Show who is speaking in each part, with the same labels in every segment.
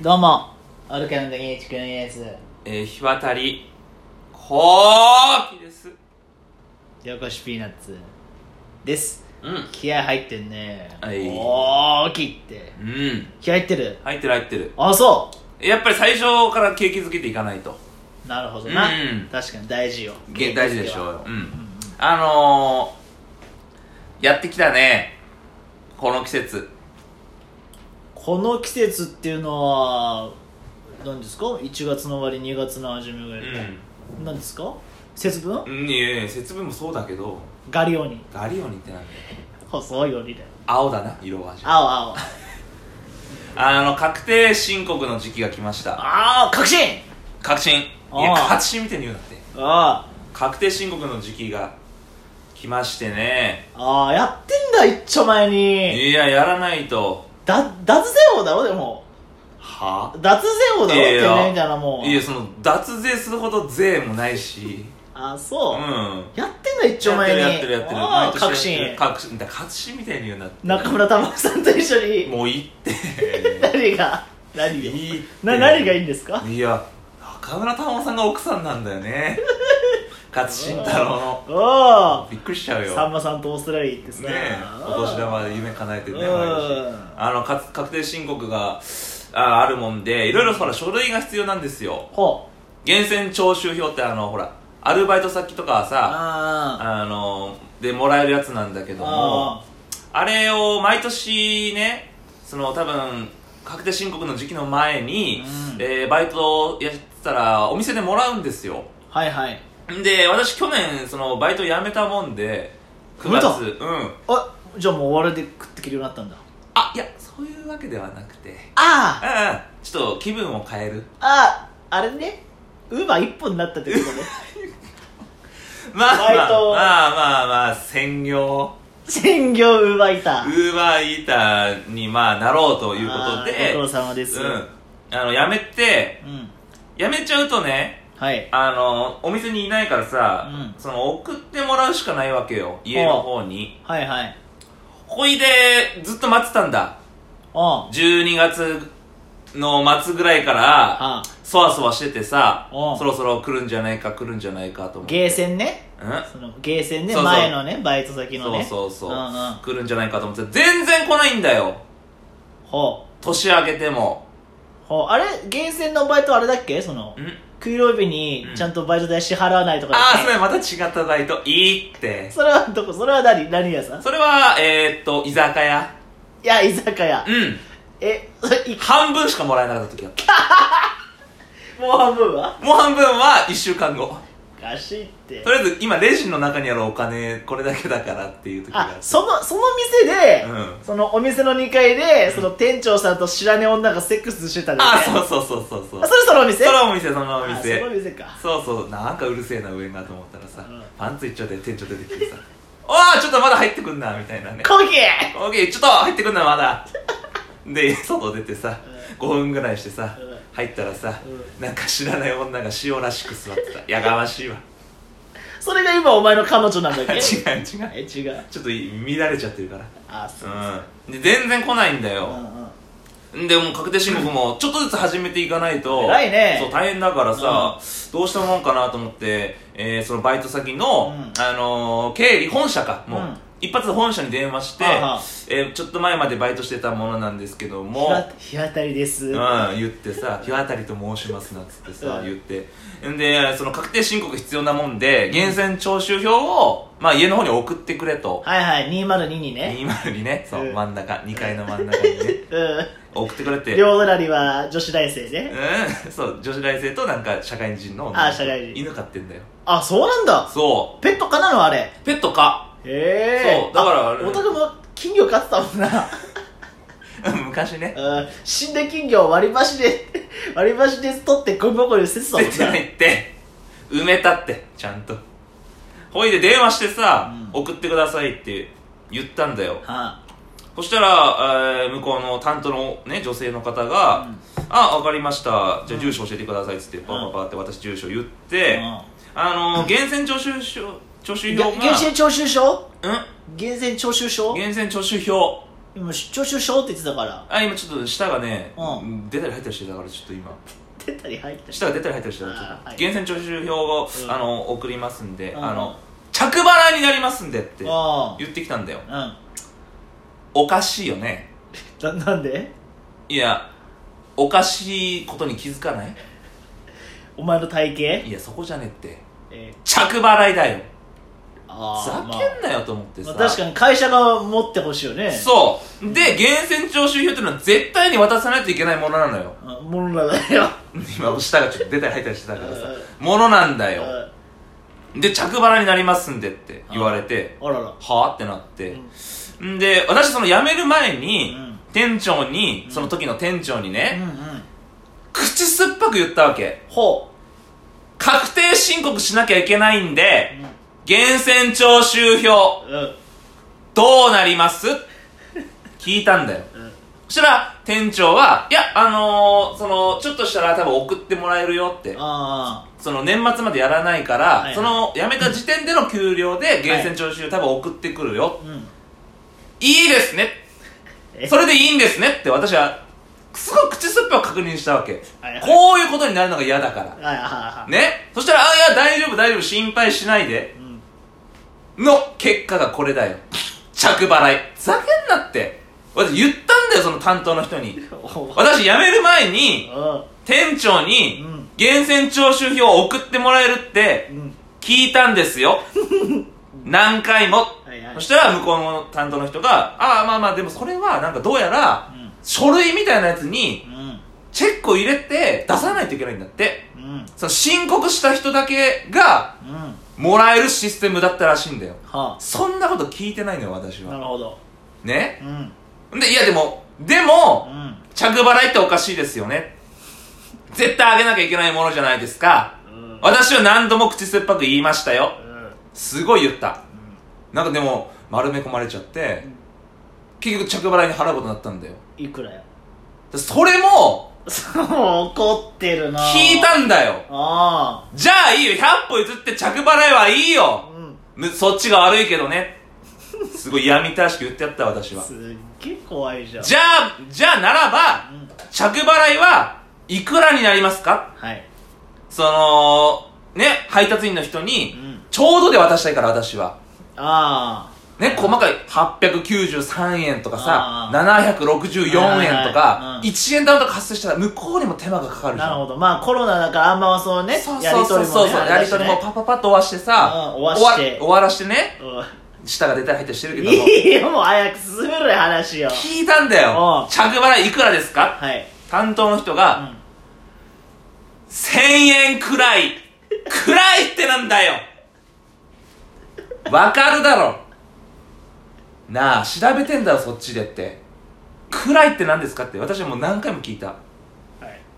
Speaker 1: どうも、オルキャンの竹内くんです。
Speaker 2: えー、日渡り、こーきです。
Speaker 1: よこしピーナッツです。
Speaker 2: うん。
Speaker 1: 気合入ってんね。
Speaker 2: はい
Speaker 1: おーきって。
Speaker 2: うん。
Speaker 1: 気合入ってる。
Speaker 2: 入ってる入ってる。
Speaker 1: あ、そ
Speaker 2: やっぱり最初から景気づけていかないと。
Speaker 1: う。なるほどな。
Speaker 2: うん
Speaker 1: 確かに大事よ。
Speaker 2: げ大事でしょうよ。う。
Speaker 1: うんん
Speaker 2: あのー、やってきたね。この季節。
Speaker 1: この季節っていうのは、何ですか ?1 月の終わり、2月の初めぐらい。ん、何ですか節分
Speaker 2: うん。いえいえ、節分もそうだけど、
Speaker 1: ガリオニ。
Speaker 2: ガリオニってなんだよ。
Speaker 1: 細いよりだよ。
Speaker 2: 青だな、色は。
Speaker 1: 青青。
Speaker 2: あの、確定申告の時期が来ました。
Speaker 1: あー、確信
Speaker 2: 確信。いや、
Speaker 1: あー
Speaker 2: 確信みたいに言うなって。
Speaker 1: あー。
Speaker 2: 確定申告の時期が来ましてね。
Speaker 1: あー、やってんだ、一丁前に。
Speaker 2: いや、やらないと。
Speaker 1: だ、脱税王だろ、でも。
Speaker 2: は
Speaker 1: 脱税王だろ
Speaker 2: いやい
Speaker 1: て
Speaker 2: や
Speaker 1: めえみたいなもん
Speaker 2: いや、その、脱税するほど税もないし。
Speaker 1: あ
Speaker 2: う
Speaker 1: そう、
Speaker 2: ん。
Speaker 1: やってんだ一丁前に
Speaker 2: やってるやってるや
Speaker 1: あ
Speaker 2: ってる。
Speaker 1: 確
Speaker 2: やって
Speaker 1: 信
Speaker 2: る確信。だから確信みたいに言うなって。
Speaker 1: 中村玉緒さんと一緒に
Speaker 2: もういい って。
Speaker 1: 何が何
Speaker 2: い
Speaker 1: が
Speaker 2: いって。
Speaker 1: な何がいいんですか
Speaker 2: いや、中村玉緒さんが奥さんなんだ よね。勝新太郎の。
Speaker 1: おお
Speaker 2: びっくりしちゃうよ。
Speaker 1: さんまさんとオーストラリア行ってさ
Speaker 2: ねえ、お年玉で夢叶えてね、
Speaker 1: うん
Speaker 2: 毎年あのか確定申告がああるもんで、いろいろほら書類が必要なんですよ。
Speaker 1: ほう
Speaker 2: 源泉徴収票ってあのほらアルバイト先とかはさ、
Speaker 1: あ
Speaker 2: あのでもらえるやつなんだけ
Speaker 1: ー
Speaker 2: ども
Speaker 1: あ、
Speaker 2: あれを毎年ね、その多分確定申告の時期の前に、
Speaker 1: うん
Speaker 2: えーバイトをやってたらお店でもらうんですよ。
Speaker 1: ーはいはい
Speaker 2: で、私去年そのバイト辞めたもんで、
Speaker 1: 辞めた
Speaker 2: うん。
Speaker 1: あじゃあもう終わりで食ってきるようになったんだ
Speaker 2: あいやそういうわけではなくて
Speaker 1: あー
Speaker 2: ああちょっと気分を変える
Speaker 1: ああれねウーバー一本になったってことね
Speaker 2: まあまあ
Speaker 1: バイトを
Speaker 2: まあまあまあ専業
Speaker 1: 専業ウーバーイタ
Speaker 2: ウ
Speaker 1: ー
Speaker 2: ーバーイーターにまあなろうということ
Speaker 1: あー
Speaker 2: で
Speaker 1: ご苦労様です
Speaker 2: うん、あのやめて
Speaker 1: うん
Speaker 2: やめちゃうとね
Speaker 1: はい
Speaker 2: あのお店にいないからさ、
Speaker 1: うん
Speaker 2: その送ってもらうしかないわけよ家の方に
Speaker 1: はいはい
Speaker 2: ほいでずっと待ってたんだ
Speaker 1: おう
Speaker 2: 12月の末ぐらいから
Speaker 1: あ
Speaker 2: そわそわしててさ
Speaker 1: うん
Speaker 2: そろそろ来るんじゃないか来るんじゃないかと思って
Speaker 1: ゲーセンね
Speaker 2: うん
Speaker 1: そのゲーセンね
Speaker 2: そうそう
Speaker 1: 前のねバイト先の
Speaker 2: そう
Speaker 1: ね
Speaker 2: そうそう、
Speaker 1: んうん
Speaker 2: 来るんじゃないかと思ってた全然来ないんだよ
Speaker 1: ほ
Speaker 2: 年明けても
Speaker 1: うほうあれゲーセンのバイトあれだっけその
Speaker 2: ん
Speaker 1: 給料日に
Speaker 2: うん
Speaker 1: ちゃんとバイト代支払わないとかだっ
Speaker 2: あ
Speaker 1: け
Speaker 2: あそれまた違ったバイトいいって
Speaker 1: それはどこそれは何何屋さんい
Speaker 2: それはえー、っと居酒屋
Speaker 1: や居酒屋
Speaker 2: うん
Speaker 1: えそれい
Speaker 2: 半分しかもらえなかった時だった
Speaker 1: もう半分は
Speaker 2: もう半分は1週間後
Speaker 1: おかしいって
Speaker 2: とりあえず今レジの中にあるお金これだけだからっていう時が
Speaker 1: あそのその店で、
Speaker 2: うん
Speaker 1: そのお店の2階で、その店長さんと知らねえ女がセックスしてたんだよ
Speaker 2: あ
Speaker 1: ね
Speaker 2: ーそうそうそうそうそう
Speaker 1: あそれそのお店
Speaker 2: そのお店そのお
Speaker 1: あ
Speaker 2: 店
Speaker 1: そのお店か
Speaker 2: そうそうなんかうるせえな上がと思ったらさ、
Speaker 1: うん
Speaker 2: パンツ一丁で店長出てきてさ「おーちょっとまだ入ってくんな」みたいなね
Speaker 1: コーヒ
Speaker 2: 「オーケーちょっと入ってくんなまだ」で外出てさ5分ぐらいしてさ
Speaker 1: うん
Speaker 2: 入ったらさ
Speaker 1: う
Speaker 2: なんか知らない女が塩らしく座ってたやがましいわ
Speaker 1: ーそれが今お前の彼女なんだっ
Speaker 2: 違
Speaker 1: け
Speaker 2: う違う
Speaker 1: え違う
Speaker 2: ちょっと乱れちゃってるから
Speaker 1: あそう
Speaker 2: うんで全然来ないんだ
Speaker 1: う
Speaker 2: よ、
Speaker 1: んうん
Speaker 2: でもう確定申告もちょっとずつ始めていかないと
Speaker 1: 偉いね
Speaker 2: そう大変だからさ、どうしたもんかなと思って、えーそのバイト先の、
Speaker 1: うん
Speaker 2: あのー経理本社かもう、
Speaker 1: うん
Speaker 2: 一発本社に電話して、
Speaker 1: はあはあ
Speaker 2: えーちょっと前までバイトしてたものなんですけども
Speaker 1: 日当たりです、
Speaker 2: う
Speaker 1: あ
Speaker 2: ん、言ってさ「日当たりと申します」なんつってさ、
Speaker 1: うん
Speaker 2: 言ってんでその確定申告必要なもんで源泉徴収票を、まあ、家の方に送ってくれと
Speaker 1: はいはい202にね
Speaker 2: 20にねそう、
Speaker 1: うん
Speaker 2: 真ん中2階の真ん中にね
Speaker 1: う
Speaker 2: 送ってくれって
Speaker 1: ん両隣は女子大生ね、
Speaker 2: うんそう女子大生となんか社会人の
Speaker 1: あ社会人
Speaker 2: 犬飼ってんだよ
Speaker 1: あそうなんだ
Speaker 2: そ
Speaker 1: ペットかなのあれへ
Speaker 2: うペットか
Speaker 1: え
Speaker 2: そうだからあれ
Speaker 1: お宅も金魚飼ってたもんな、
Speaker 2: 昔ね
Speaker 1: うん、死んだ金魚を割り箸で 割り箸で取ってゴミ箱に捨ててたもん
Speaker 2: 出
Speaker 1: な
Speaker 2: てないって埋めたってちゃんとほいで電話してさ、
Speaker 1: う
Speaker 2: 送ってくださいって言ったんだよ
Speaker 1: は
Speaker 2: そしたら、えー向こうの担当の、ね、女性の方が「
Speaker 1: うん
Speaker 2: あ分かりましたじゃあ住所教えてください」っつってパパパって私住所言っ
Speaker 1: あ、
Speaker 2: て、あのー源泉徴収書
Speaker 1: う
Speaker 2: 徴
Speaker 1: ん、
Speaker 2: 収
Speaker 1: げ
Speaker 2: 票が
Speaker 1: 源泉徴収証
Speaker 2: うん
Speaker 1: 源泉徴収証
Speaker 2: 源泉徴収票
Speaker 1: 今出張中しょうって言ってたから
Speaker 2: あ今ちょっと舌がね、
Speaker 1: う
Speaker 2: 出たり入ったりしてたからちょっと今
Speaker 1: 出たり入ったり
Speaker 2: 舌が出たり入ったりしてたからちょ
Speaker 1: あ
Speaker 2: っ
Speaker 1: ーはい
Speaker 2: と源泉徴収票を、
Speaker 1: うん
Speaker 2: あの送りますんで、
Speaker 1: うん
Speaker 2: あの着払いになりますんでって
Speaker 1: あ
Speaker 2: 言ってきたんだよ
Speaker 1: あ
Speaker 2: おかしいよね
Speaker 1: うんななんで
Speaker 2: いやおかしいことに気づかない
Speaker 1: お前の体型
Speaker 2: いやそこじゃねって
Speaker 1: えー
Speaker 2: 着払いだよふ
Speaker 1: あ
Speaker 2: ざ
Speaker 1: ー
Speaker 2: けんなよと思って
Speaker 1: ま
Speaker 2: さ、
Speaker 1: あ、まあ確かに会社が持ってほしいよね
Speaker 2: そうで源泉徴収票っていうのは絶対に渡さないといけないものなのよ
Speaker 1: うものなんだよ
Speaker 2: 今舌がちょっと出たり入ったりしてたからさ
Speaker 1: う
Speaker 2: ものなんだよ
Speaker 1: あ
Speaker 2: で着払いになりますんでって言われて
Speaker 1: あらら
Speaker 2: はあってなって
Speaker 1: うん、
Speaker 2: ん、で私その辞める前に、
Speaker 1: うん
Speaker 2: 店長にその時の店長に
Speaker 1: うん
Speaker 2: ね、
Speaker 1: うん
Speaker 2: 口酸っぱく言ったわけ
Speaker 1: ほ
Speaker 2: 確定申告しなきゃいけないん
Speaker 1: う、
Speaker 2: で
Speaker 1: うん
Speaker 2: 源泉徴収票
Speaker 1: うん
Speaker 2: どうなります 聞いたんだよ
Speaker 1: うん
Speaker 2: そしたら店長はいやあのー、そのちょっとしたら多分送ってもらえるよって
Speaker 1: あ
Speaker 2: その年末までやらないから、
Speaker 1: いはい
Speaker 2: その辞めた時点での給料で源泉徴収多分送ってくるよ、
Speaker 1: あうん
Speaker 2: いいですね
Speaker 1: え
Speaker 2: それでいいんですねって私はすごい口酸っぱく確認したわけ、
Speaker 1: はいはい
Speaker 2: こういうことになるのが嫌だから
Speaker 1: はいはいはい
Speaker 2: ねそしたら「あいや大丈夫大丈夫心配しないで
Speaker 1: うん」
Speaker 2: の結果がこれだよ着払いふざけんなって私言ったんだよその担当の人に
Speaker 1: おう
Speaker 2: 私辞める前に店長に
Speaker 1: うん
Speaker 2: 源泉徴収票を送ってもらえるって
Speaker 1: うん
Speaker 2: 聞いたんで すよ何回も、
Speaker 1: はいはい
Speaker 2: そしたら向こうの担当の人が「ああまあまあでもそれはなんかどうやら
Speaker 1: うん
Speaker 2: 書類みたいなやつに
Speaker 1: うん
Speaker 2: チェックを入れて出さないといけないんだって
Speaker 1: うん
Speaker 2: その申告した人だけが
Speaker 1: うん
Speaker 2: もらえるシステムだったらしいんだよ
Speaker 1: は
Speaker 2: そんなこと聞いてないのよ私
Speaker 1: あな
Speaker 2: は
Speaker 1: るほど
Speaker 2: ね
Speaker 1: うん
Speaker 2: でいやでもで
Speaker 1: う
Speaker 2: も
Speaker 1: ん
Speaker 2: 着払いっておかしいですよね絶対あげなきゃいけないものじゃないですか
Speaker 1: うん
Speaker 2: 私は何度も口酸っぱく言いましたよ
Speaker 1: うん
Speaker 2: すごい言ったなんかでも丸め込まれちゃって
Speaker 1: うん
Speaker 2: 結局着払いに払うことになったんだよ
Speaker 1: いくらよ
Speaker 2: でそれも
Speaker 1: そう怒ってるな
Speaker 2: 聞いたんだよ
Speaker 1: あ
Speaker 2: じゃあいいよ100歩譲って着払いはいい
Speaker 1: あ
Speaker 2: よ
Speaker 1: うん
Speaker 2: むそっちが悪いけどねすごい嫌みたらしく言ってやった私は
Speaker 1: すっげえ怖いじゃん
Speaker 2: じゃあじゃあならば
Speaker 1: うん
Speaker 2: 着払いはいくらになりますか
Speaker 1: はい
Speaker 2: そのね配達員の人
Speaker 1: う
Speaker 2: に
Speaker 1: ん
Speaker 2: ちょうどで渡したいから私は
Speaker 1: あ
Speaker 2: ね細かい893円とかさ
Speaker 1: あ
Speaker 2: 764円と
Speaker 1: はいはい
Speaker 2: か
Speaker 1: うん
Speaker 2: 1円ダウンとか発生したら向こうにも手間がかか
Speaker 1: あ
Speaker 2: るじ
Speaker 1: な
Speaker 2: ゃ
Speaker 1: る
Speaker 2: ん
Speaker 1: ほどまあコロナだからあんまはそのね
Speaker 2: そう
Speaker 1: や
Speaker 2: そ
Speaker 1: り
Speaker 2: う
Speaker 1: と
Speaker 2: そう
Speaker 1: りも
Speaker 2: そう
Speaker 1: ね
Speaker 2: そう
Speaker 1: あ
Speaker 2: や
Speaker 1: れ
Speaker 2: り
Speaker 1: だ
Speaker 2: と
Speaker 1: ね
Speaker 2: りもパパパッと終わしてさ
Speaker 1: うん終わして
Speaker 2: 終わらしてね
Speaker 1: うん
Speaker 2: 舌が出たり入ったりしてるけども
Speaker 1: いいよもう早く進めろよ話よ
Speaker 2: 聞いたんだ
Speaker 1: う
Speaker 2: よ
Speaker 1: ん
Speaker 2: 着払いいくらですか
Speaker 1: はい
Speaker 2: 担当の人
Speaker 1: う
Speaker 2: が
Speaker 1: ん
Speaker 2: 1000円くらいくらいってなんだよわかるだろなあ調べてんだろそっちでってくらいって何ですかって私はもう何回も聞いた
Speaker 1: は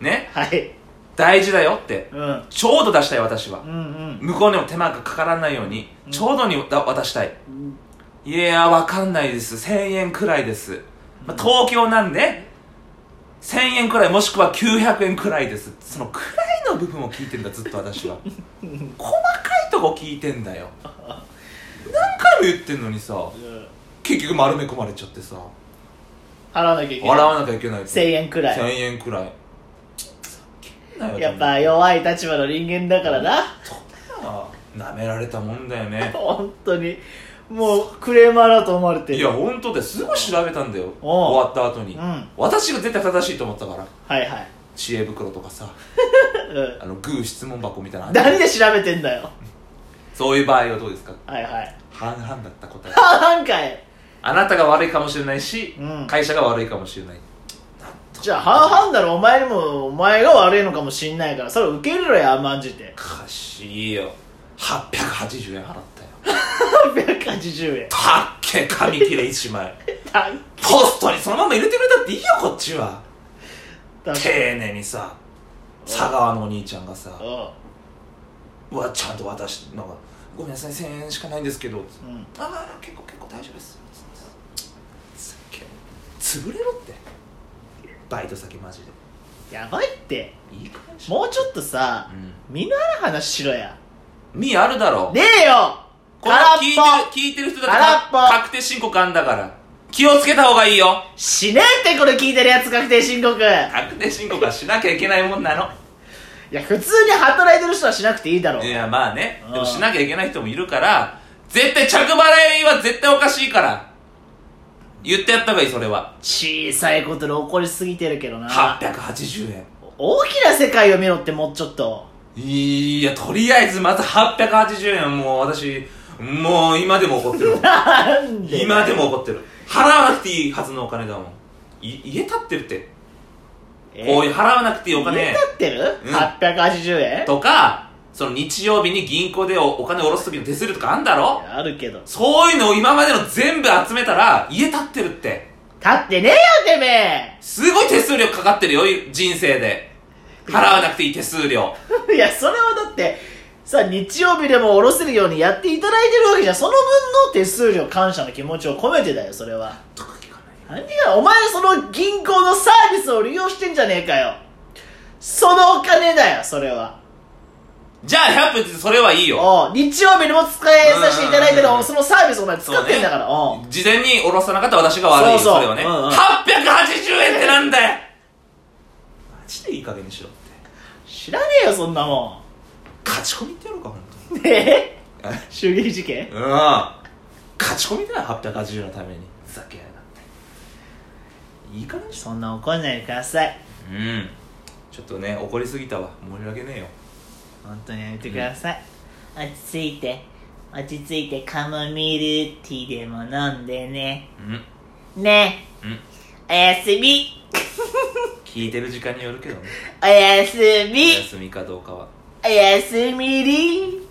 Speaker 1: い
Speaker 2: ね
Speaker 1: はい
Speaker 2: 大事だよって
Speaker 1: うん
Speaker 2: ちょうど出したい私は
Speaker 1: うん
Speaker 2: 向こうにも手間がかからないように
Speaker 1: うん
Speaker 2: ちょうどにだ渡したい
Speaker 1: うん
Speaker 2: いやーわかんないです1000円くらいです、まあ、東京なんで1000円くらいもしくは900円くらいですそのくらいの部分を聞いてんだずっと 私は細かいとこ聞いてんだよ何回も言ってんのにさ
Speaker 1: うん
Speaker 2: 結局丸め込まれちゃってさ
Speaker 1: 払わなきゃいけ
Speaker 2: 笑
Speaker 1: ない
Speaker 2: わなきゃいけない
Speaker 1: 1000円くら
Speaker 2: 1000
Speaker 1: い
Speaker 2: 円くらいふざけんなよ
Speaker 1: やっぱ弱い立場の人間だからな
Speaker 2: なめられたもんだよね
Speaker 1: 本当にもうクレーマーだと思われてる
Speaker 2: いや本当ですごい調べたんだよ
Speaker 1: お
Speaker 2: 終わった後
Speaker 1: う
Speaker 2: に
Speaker 1: んはい
Speaker 2: 私が絶対正しいと思ったから
Speaker 1: はい
Speaker 2: 知恵袋とかさ
Speaker 1: うん
Speaker 2: あのグー質問箱みたいなのあ
Speaker 1: 何
Speaker 2: る
Speaker 1: で調べてんだよ
Speaker 2: そういう場合はどうですか
Speaker 1: はいはい
Speaker 2: 半々だった答え
Speaker 1: あなんかい
Speaker 2: あなたが悪いかもしれないし、
Speaker 1: うん
Speaker 2: 会社が悪いかもしれない
Speaker 1: じゃあ半々だろお前にもお前が悪いのかもしんないからそれ受け入れろや甘んじて
Speaker 2: おかしいよ880円払ったよ
Speaker 1: 880円
Speaker 2: たっけ紙切れ1枚
Speaker 1: だ
Speaker 2: ポストにそのまま入れてくれたっていいよこっちは
Speaker 1: だ
Speaker 2: 丁寧にさ佐川のお兄ちゃんがさ
Speaker 1: う
Speaker 2: うわちゃんと渡してなんかごめんなさい1000円しかないんですけど
Speaker 1: んうん
Speaker 2: ああ結構結構大丈夫ですさっき潰れろってバイト先マジで
Speaker 1: やばいって
Speaker 2: いい感じ
Speaker 1: もうちょっとさ
Speaker 2: うん
Speaker 1: 身のある話しろや
Speaker 2: 身あるだろ
Speaker 1: ねえよ
Speaker 2: これ
Speaker 1: 空っ
Speaker 2: 聞いて
Speaker 1: ぽ
Speaker 2: る聞いてる人だって
Speaker 1: 空っぽ
Speaker 2: 確定申告あんだから気をつけた方がいいよ
Speaker 1: しねえってこれ聞いてるやつ確定申告い
Speaker 2: 確定申告はしなきゃいけないもんなの
Speaker 1: や普通に働いてる人はしなくていいだろう
Speaker 2: いやまあねで
Speaker 1: う
Speaker 2: も
Speaker 1: ん
Speaker 2: しなきゃいけない人もいるから絶対着払いは絶対おかしいから言ってやった方がいいそれは
Speaker 1: 小さいことで怒りすぎてるけどな
Speaker 2: 880円
Speaker 1: 大きな世界を見ろってもうちょっと
Speaker 2: いやとりあえずまず880円もう私もう今でも怒ってる
Speaker 1: なんで
Speaker 2: 今でも怒ってる払わなくていいはずのお金だもんい家建ってるってこういう
Speaker 1: え
Speaker 2: 払わなくていいお
Speaker 1: 入
Speaker 2: 金
Speaker 1: れたってる、
Speaker 2: うん
Speaker 1: ?880 円
Speaker 2: とかその日曜日に銀行でおお金下ろす時の手数料とかあんだろ
Speaker 1: あるけど
Speaker 2: そういうのを今までの全部集めたら家建ってるって
Speaker 1: 立ってねえよてめえ
Speaker 2: すごい手数料かかってるよ人生で払わなくていい手数料
Speaker 1: いや、それはだって、さ、日曜日でもおろせるようにやっていただいてるわけじゃん。その分の手数料感謝の気持ちを込めてだよ、それは。
Speaker 2: とか聞かない
Speaker 1: 何が、お前その銀行のサービスを利用してんじゃねえかよ。そのお金だよ、それは。
Speaker 2: じゃあ100分ってそれはいいよ
Speaker 1: おう日曜日にも使えさせていただいてる
Speaker 2: うんうんうん
Speaker 1: そのサービスお前使ってんだから、おう
Speaker 2: 事前に下ろさなかった私が悪いよ
Speaker 1: そうそう
Speaker 2: それはね、
Speaker 1: うんうん
Speaker 2: 880円ってなんだよマジでいい加減にしろって
Speaker 1: 知らねえよ、そんなも
Speaker 2: 勝ち込みってやろうか本
Speaker 1: ん。ね
Speaker 2: 当に
Speaker 1: え襲撃事件
Speaker 2: うん勝ち込みだよ880円のためにふざけやがっていい加減にしろ
Speaker 1: そんな怒んないでください。
Speaker 2: うんちょっとね怒りすぎたわ申し訳ねえよ
Speaker 1: 本当にやめてください、落ち着いて落ち着いてカモミールティーでも飲んでね
Speaker 2: うん
Speaker 1: ね
Speaker 2: うん
Speaker 1: おやすみ
Speaker 2: 聞いてる時間によるけどね
Speaker 1: おやす
Speaker 2: お
Speaker 1: み
Speaker 2: 休みかどうかは
Speaker 1: おやすみりん